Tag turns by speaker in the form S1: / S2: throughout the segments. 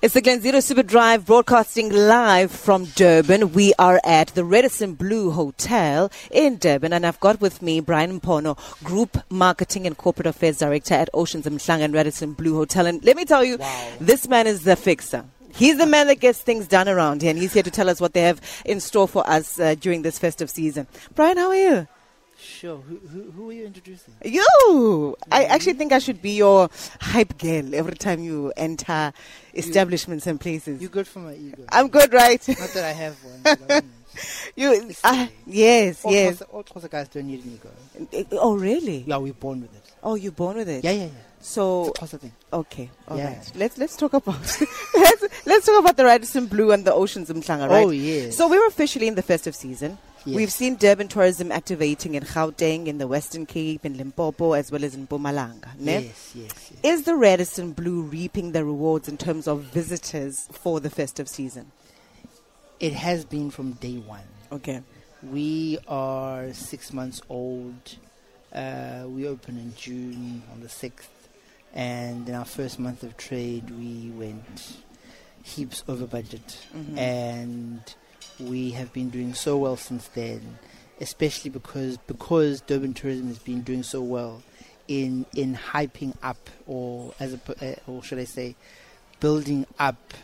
S1: It's the Glen Super Drive broadcasting live from Durban. We are at the Redison Blue Hotel in Durban, and I've got with me Brian Pono, Group Marketing and Corporate Affairs Director at Oceans Mtlang and Redison Blue Hotel. And let me tell you, this man is the fixer. He's the man that gets things done around here, and he's here to tell us what they have in store for us uh, during this festive season. Brian, how are you?
S2: Sure. Who, who, who are you introducing?
S1: You! I actually think I should be your hype girl every time you enter establishments and places.
S2: You're good for my ego.
S1: I'm good, right?
S2: Not that I have one. but I mean,
S1: you, ah, yes,
S2: all
S1: yes.
S2: Xhosa- all Xhosa guys don't need an ego.
S1: Oh, really?
S2: Yeah, we're born with it.
S1: Oh, you're born with it.
S2: Yeah, yeah, yeah. It's
S1: So,
S2: a Xhosa thing.
S1: okay, all
S2: Yeah.
S1: right. Let's let's talk about let's let's talk about the Radisson Blue and the oceans in Mhlanga, right?
S2: Oh, yes.
S1: So we're officially in the festive season.
S2: Yes.
S1: We've seen Durban tourism activating in Gauteng, in the Western Cape, in Limpopo, as well as in Bumalanga. ne?
S2: Yes, yes, yes.
S1: Is the Radisson Blue reaping the rewards in terms of visitors for the festive season?
S2: It has been from day one.
S1: Okay.
S2: We are six months old. Uh, we opened in June on the 6th. And in our first month of trade, we went heaps over budget.
S1: Mhm.
S2: and we have been doing so well since then, especially because because Durban tourism has been doing so well in in hyping up or as a, p- uh, or should I say, building up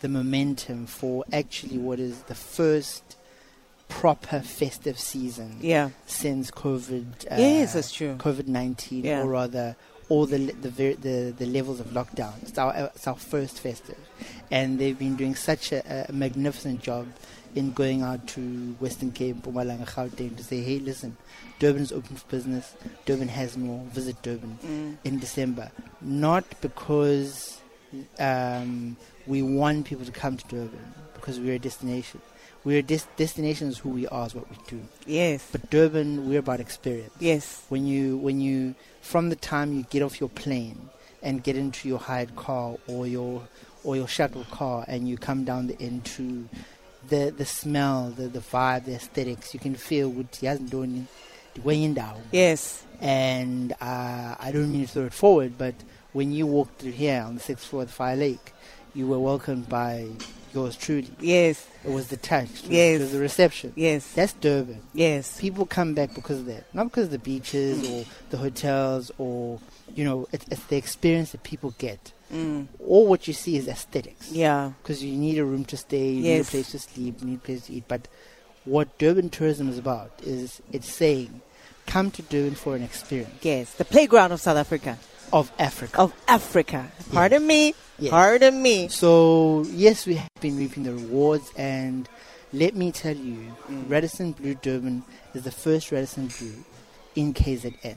S2: the momentum for actually what is the first proper festive season
S1: Yeah.
S2: since COVID. Uh,
S1: yes, that's true.
S2: COVID nineteen,
S1: Yeah.
S2: or rather, all the le- the, ver- the the levels of lockdown. It's our uh, it's our first festive, and they've been doing such a, a magnificent job in going out to Western Cape, Mpumalanga, Gauteng to say, hey, listen, Durban's open for business. Durban has more. Visit Durban
S1: Mm.
S2: in December, not because um, we want people to come to Durban, because we're a destination. We're a des- destination is who we are, is what we do.
S1: Yes.
S2: But Durban, we're about experience
S1: Yes.
S2: when you when you from the time you get off your plane and get into your hired car or your or your shuttle car and you come down the into the the smell the the vibe the aesthetics you can feel what he hasn't done in down
S1: Yes.
S2: and uh, I don't mean to throw it forward but when you walked through here on the sixth floor of the Fire Lake you were welcomed by yours truly
S1: Yes.
S2: it was the touch it was-
S1: Yes.
S2: it was the reception
S1: Yes.
S2: that's Durban
S1: Yes.
S2: people come back because of that, not because of the beaches or the hotels or you know, it's, it's the experience that people get.
S1: Mm.
S2: All what you see is aesthetics.
S1: Yeah.
S2: Because you need a room to stay, you need a
S1: Yes.
S2: place to sleep, you need a place to eat. But what Durban tourism is about is it's saying, come to Durban for an experience
S1: Yes. The playground of South Africa.
S2: of Africa.
S1: Of Africa. Pardon me.
S2: Yes.
S1: Pardon me.
S2: So yes, we have been reaping the rewards, and let me tell you, Radisson Blue Durban is the first Radisson Blue in KZN.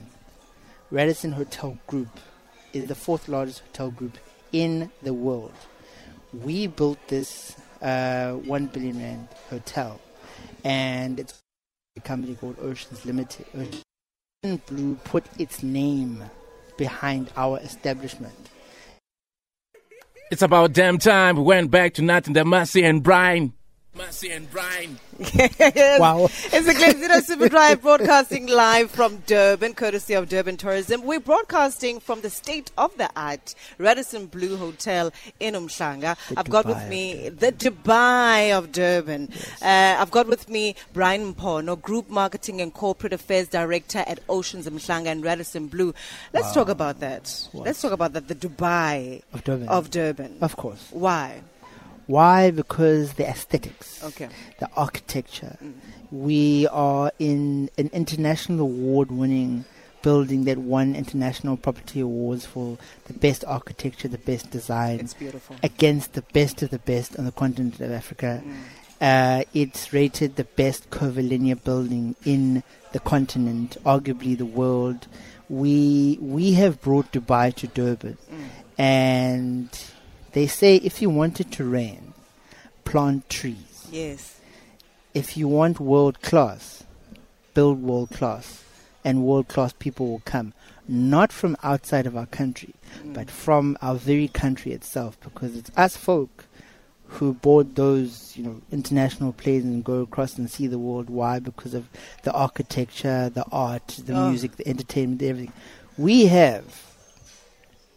S2: Radisson Hotel Group is the fourth largest hotel group in the world. We built this uh, one billion rand hotel, and it's a company called Oceans Limited. Ocean Blue put its name behind our establishment.
S3: It's about damn time we went back to Nat and the Mercy and Brian. Mercy and Brian.
S1: Yes.
S2: Wow.
S1: It's the Glenzino Superdrive broadcasting live from Durban, courtesy of Durban Tourism. We're broadcasting from the state of the art Radisson Blue Hotel in Umshanga.
S2: The
S1: I've got
S2: Dubai
S1: with
S2: of
S1: me the Dubai of Durban. Uh, I've got with me Brian Mpono, Group Marketing and Corporate Affairs Director at Oceans Umshanga and Radisson Blue. Let's talk about that. Let's talk about that. The Dubai
S2: Of Durban.
S1: Of Durban.
S2: Of course.
S1: Why?
S2: Why? Because the aesthetics,
S1: Okay.
S2: the architecture. We are in an international award winning building that won international property awards for the best architecture, the best design,
S1: It's beautiful.
S2: against the best of the best on the continent of Africa. Uh, it's rated the best curvilinear building in the continent, arguably the world. We we have brought Dubai to Durban, and they say if you want it to rain, plant trees.
S1: Yes.
S2: If you want world class, build world class, and world class people will come, not from outside of our country,
S1: Mm.
S2: but from our very country itself, because it's us folk who board those, you know, international planes and go across and see the world. Why? Because of the architecture, the art, the
S1: Oh.
S2: music, the entertainment, everything. We have,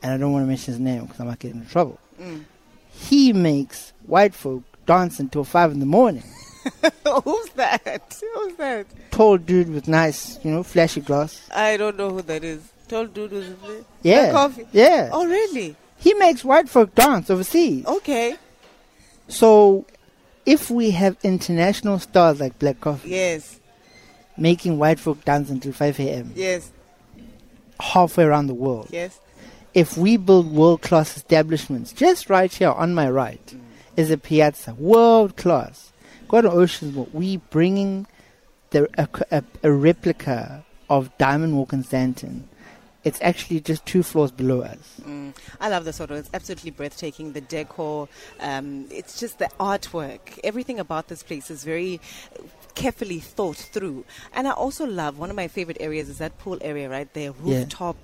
S2: and I don't want to mention his name because I might get into trouble.
S1: Mm.
S2: He he makes white folk dance until five in the morning.
S1: Who's that? Who's that?
S2: Tall dude with nice, you know, flashy glass.
S1: I don't know who that is. Tall dude with
S2: Yeah.
S1: coffee.
S2: Yeah.
S1: Oh, really?
S2: He makes white folk dance overseas.
S1: Okay.
S2: So if we have international stars like Black Coffee
S1: Yes.
S2: making white folk dance until 5 a.m.
S1: Yes.
S2: halfway around the world,
S1: Yes.
S2: if we build world class establishments, just right here on my right is a piazza, world class. Go to Oceans Mall. We bringing the a, a, a replica of Diamond Walk and Stanton. It's actually just two floors below us.
S1: Mm. I love the sort of. It's absolutely breathtaking. The decor. Um, it's just the artwork. Everything about this place is very carefully thought through. And I also love one of my favorite areas is that pool area right there,
S2: Yeah.
S1: rooftop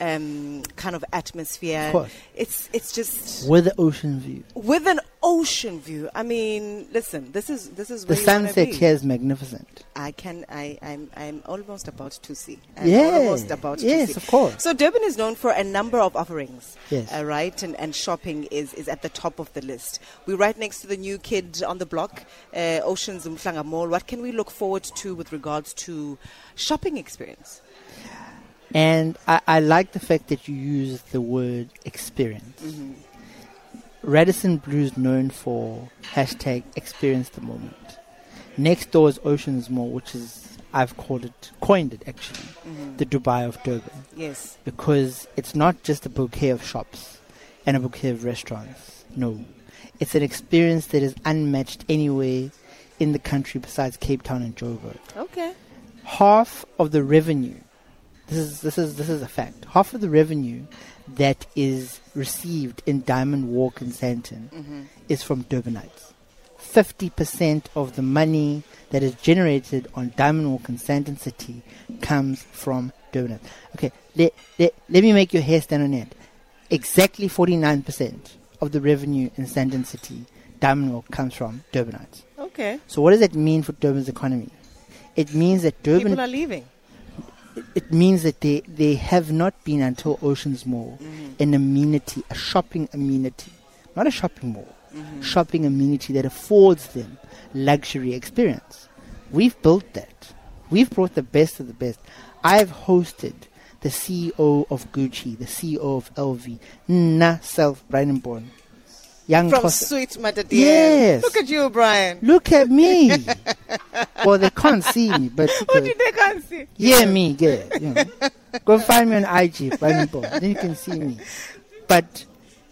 S1: um, kind of atmosphere.
S2: Of course.
S1: It's it's just
S2: With the ocean view.
S1: with an ocean view. I mean, listen, this is this is
S2: The
S1: where you wanna
S2: sunset
S1: be.
S2: here is magnificent.
S1: I can. I. I'm. I'm almost about to see. I'm
S2: Yeah.
S1: Almost about
S2: Yes,
S1: to see.
S2: of course.
S1: So Durban is known for a number of offerings.
S2: Yes.
S1: uh, right, and and shopping is is at the top of the list. We're right next to the new kid on the block, uh, Oceans Umhlanga Mall. What can we look forward to with regards to shopping experience?
S2: And I, I like the fact that you use the word experience.
S1: Mm-hmm.
S2: Radisson Blue is known for hashtag experience the moment. Next door is Oceans Mall, which is, I've called it, coined it actually,
S1: Mm-hmm.
S2: the Dubai of Durban.
S1: Yes.
S2: Because it's not just a bouquet of shops and a bouquet of restaurants. No. It's an experience that is unmatched anywhere in the country besides Cape Town and Joburg
S1: Okay.
S2: half of the revenue this is this is this is a fact half of the revenue that is received in diamond walk and santon is from durbanites 50% of the money that is generated on diamond walk and santon city comes from durbanites okay let, let, let me make your hair stand on end exactly 49% of the revenue in santon city diamond walk comes from durbanites
S1: Okay.
S2: so what does that mean for durban's economy it means that durban
S1: People are leaving.
S2: it means that they, they have not been until Oceans Mall
S1: Mm-hmm.
S2: an amenity, a shopping amenity, not a shopping mall,
S1: Mm-hmm.
S2: shopping amenity that affords them luxury experience. We've built that. We've brought the best of the best. I've hosted the CEO of Gucci, the CEO of LV, na self Brandenburg, young
S1: From
S2: Kosa.
S1: sweet Matadien.
S2: Yes.
S1: Look at you, Brian.
S2: Look at me. well, they can't see me, but
S1: What did they can't see?
S2: yeah, me, yeah. you know. Go find me on IG, Bunny Boy. Then you can see me. But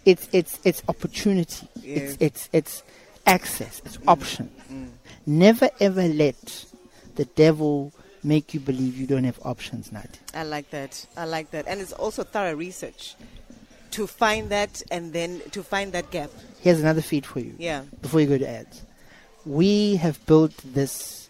S2: it's it's it's opportunity.
S1: Yes.
S2: It's it's it's access. It's option. Never ever let the devil make you believe you don't have options, Nat.
S1: I like that. I like that. And it's also thorough research to find that and then to find that gap.
S2: Here's another feed for you.
S1: Yeah.
S2: Before you go to ads, we have built this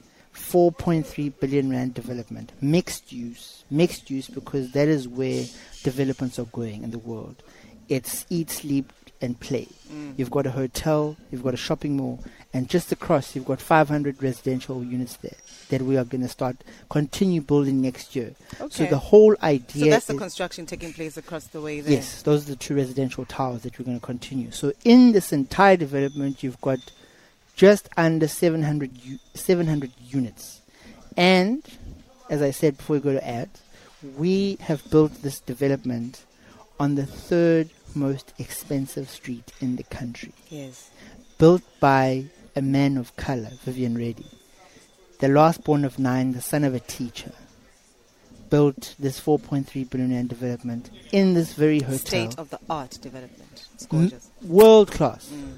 S2: 4.3 billion rand development, mixed use, mixed use because that is where developments are going in the world. It's eat, sleep, and play.
S1: Mm.
S2: You've got a hotel, you've got a shopping mall, and just across you've got 500 residential units there that we are going to start continue building next year. So
S1: Okay.
S2: the whole
S1: So
S2: idea
S1: that's the
S2: is-
S1: construction taking place across the way there.
S2: Yes, those are the two residential towers that we're going to continue. So in this entire development, you've got just under 700, u- 700 units. And as I said before we go to ads, we have built this development on the third most expensive street in the country,
S1: Yes.
S2: built by a man of color, Vivian Reddy, the last born of nine, the son of a teacher. Built this 4.3 billion rand development in this very hotel Hmm?
S1: State of the art development. It's gorgeous.
S2: world class
S1: Mm.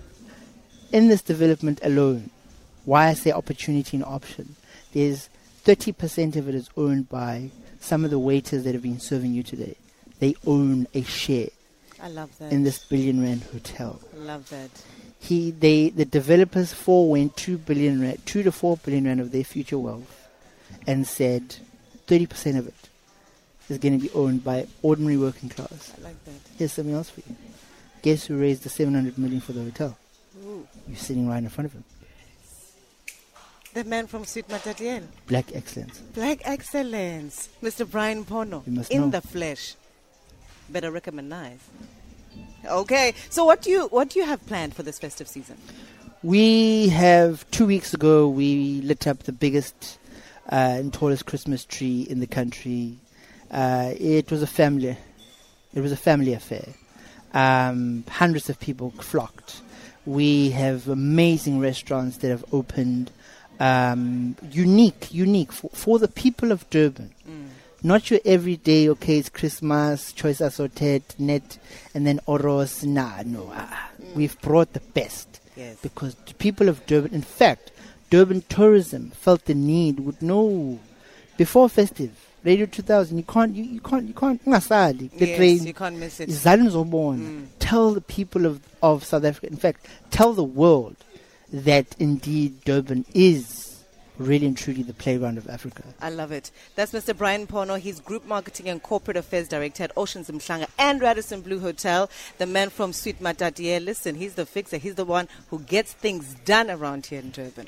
S2: in this development alone. Why I say opportunity and option. There's 30% of it is owned by some of the waiters that have been serving you today. They own a share
S1: I love that.
S2: in this billion rand hotel.
S1: I love that.
S2: He, they, the developers forewent two billion rand, two to four billion rand of their future wealth, and said 30% of it is going to be owned by ordinary working class.
S1: I like that.
S2: Here's something else for you. Guess who raised the 700 million for the hotel?
S1: Ooh.
S2: You're sitting right in front of him.
S1: The man from Sweet Matadien.
S2: Black excellence.
S1: Black excellence. Mr. Brian Pono.
S2: You must
S1: in
S2: know.
S1: the flesh. Better recommend nice. Okay. So what do you what do you have planned for this festive season?
S2: We have two weeks ago we lit up the biggest uh, and tallest Christmas tree in the country. Uh, it was a family, it was a family affair. Um, hundreds of people flocked. We have amazing restaurants that have opened, um, unique, unique for, for the people of Durban. Not your everyday, okay, it's Christmas, choice assorted, net, and then oros. Nah, no. ah. We've brought the best
S1: Yes.
S2: because the people of Durban, in fact, Durban tourism felt the need would know before festive Radio 2000. You can't, you, you can't, you can't. Ungasali, the
S1: yes,
S2: train.
S1: you can't Mm. miss it.
S2: Izali nizobona. Tell the people of, of South Africa, in fact, tell the world that indeed Durban is really and truly the playground of Africa.
S1: I love it. That's Mr. Brian Porno. He's Group Marketing and Corporate Affairs Director at Oceans Mklanga and Radisson Blue Hotel. The man from Sweet Matatier. Listen, he's the fixer. He's the one who gets things done around here in Durban.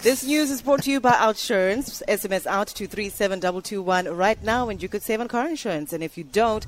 S1: This news is brought to you by Outsurance. SMS out to 37221 right now, and you could save on car insurance. And if you don't,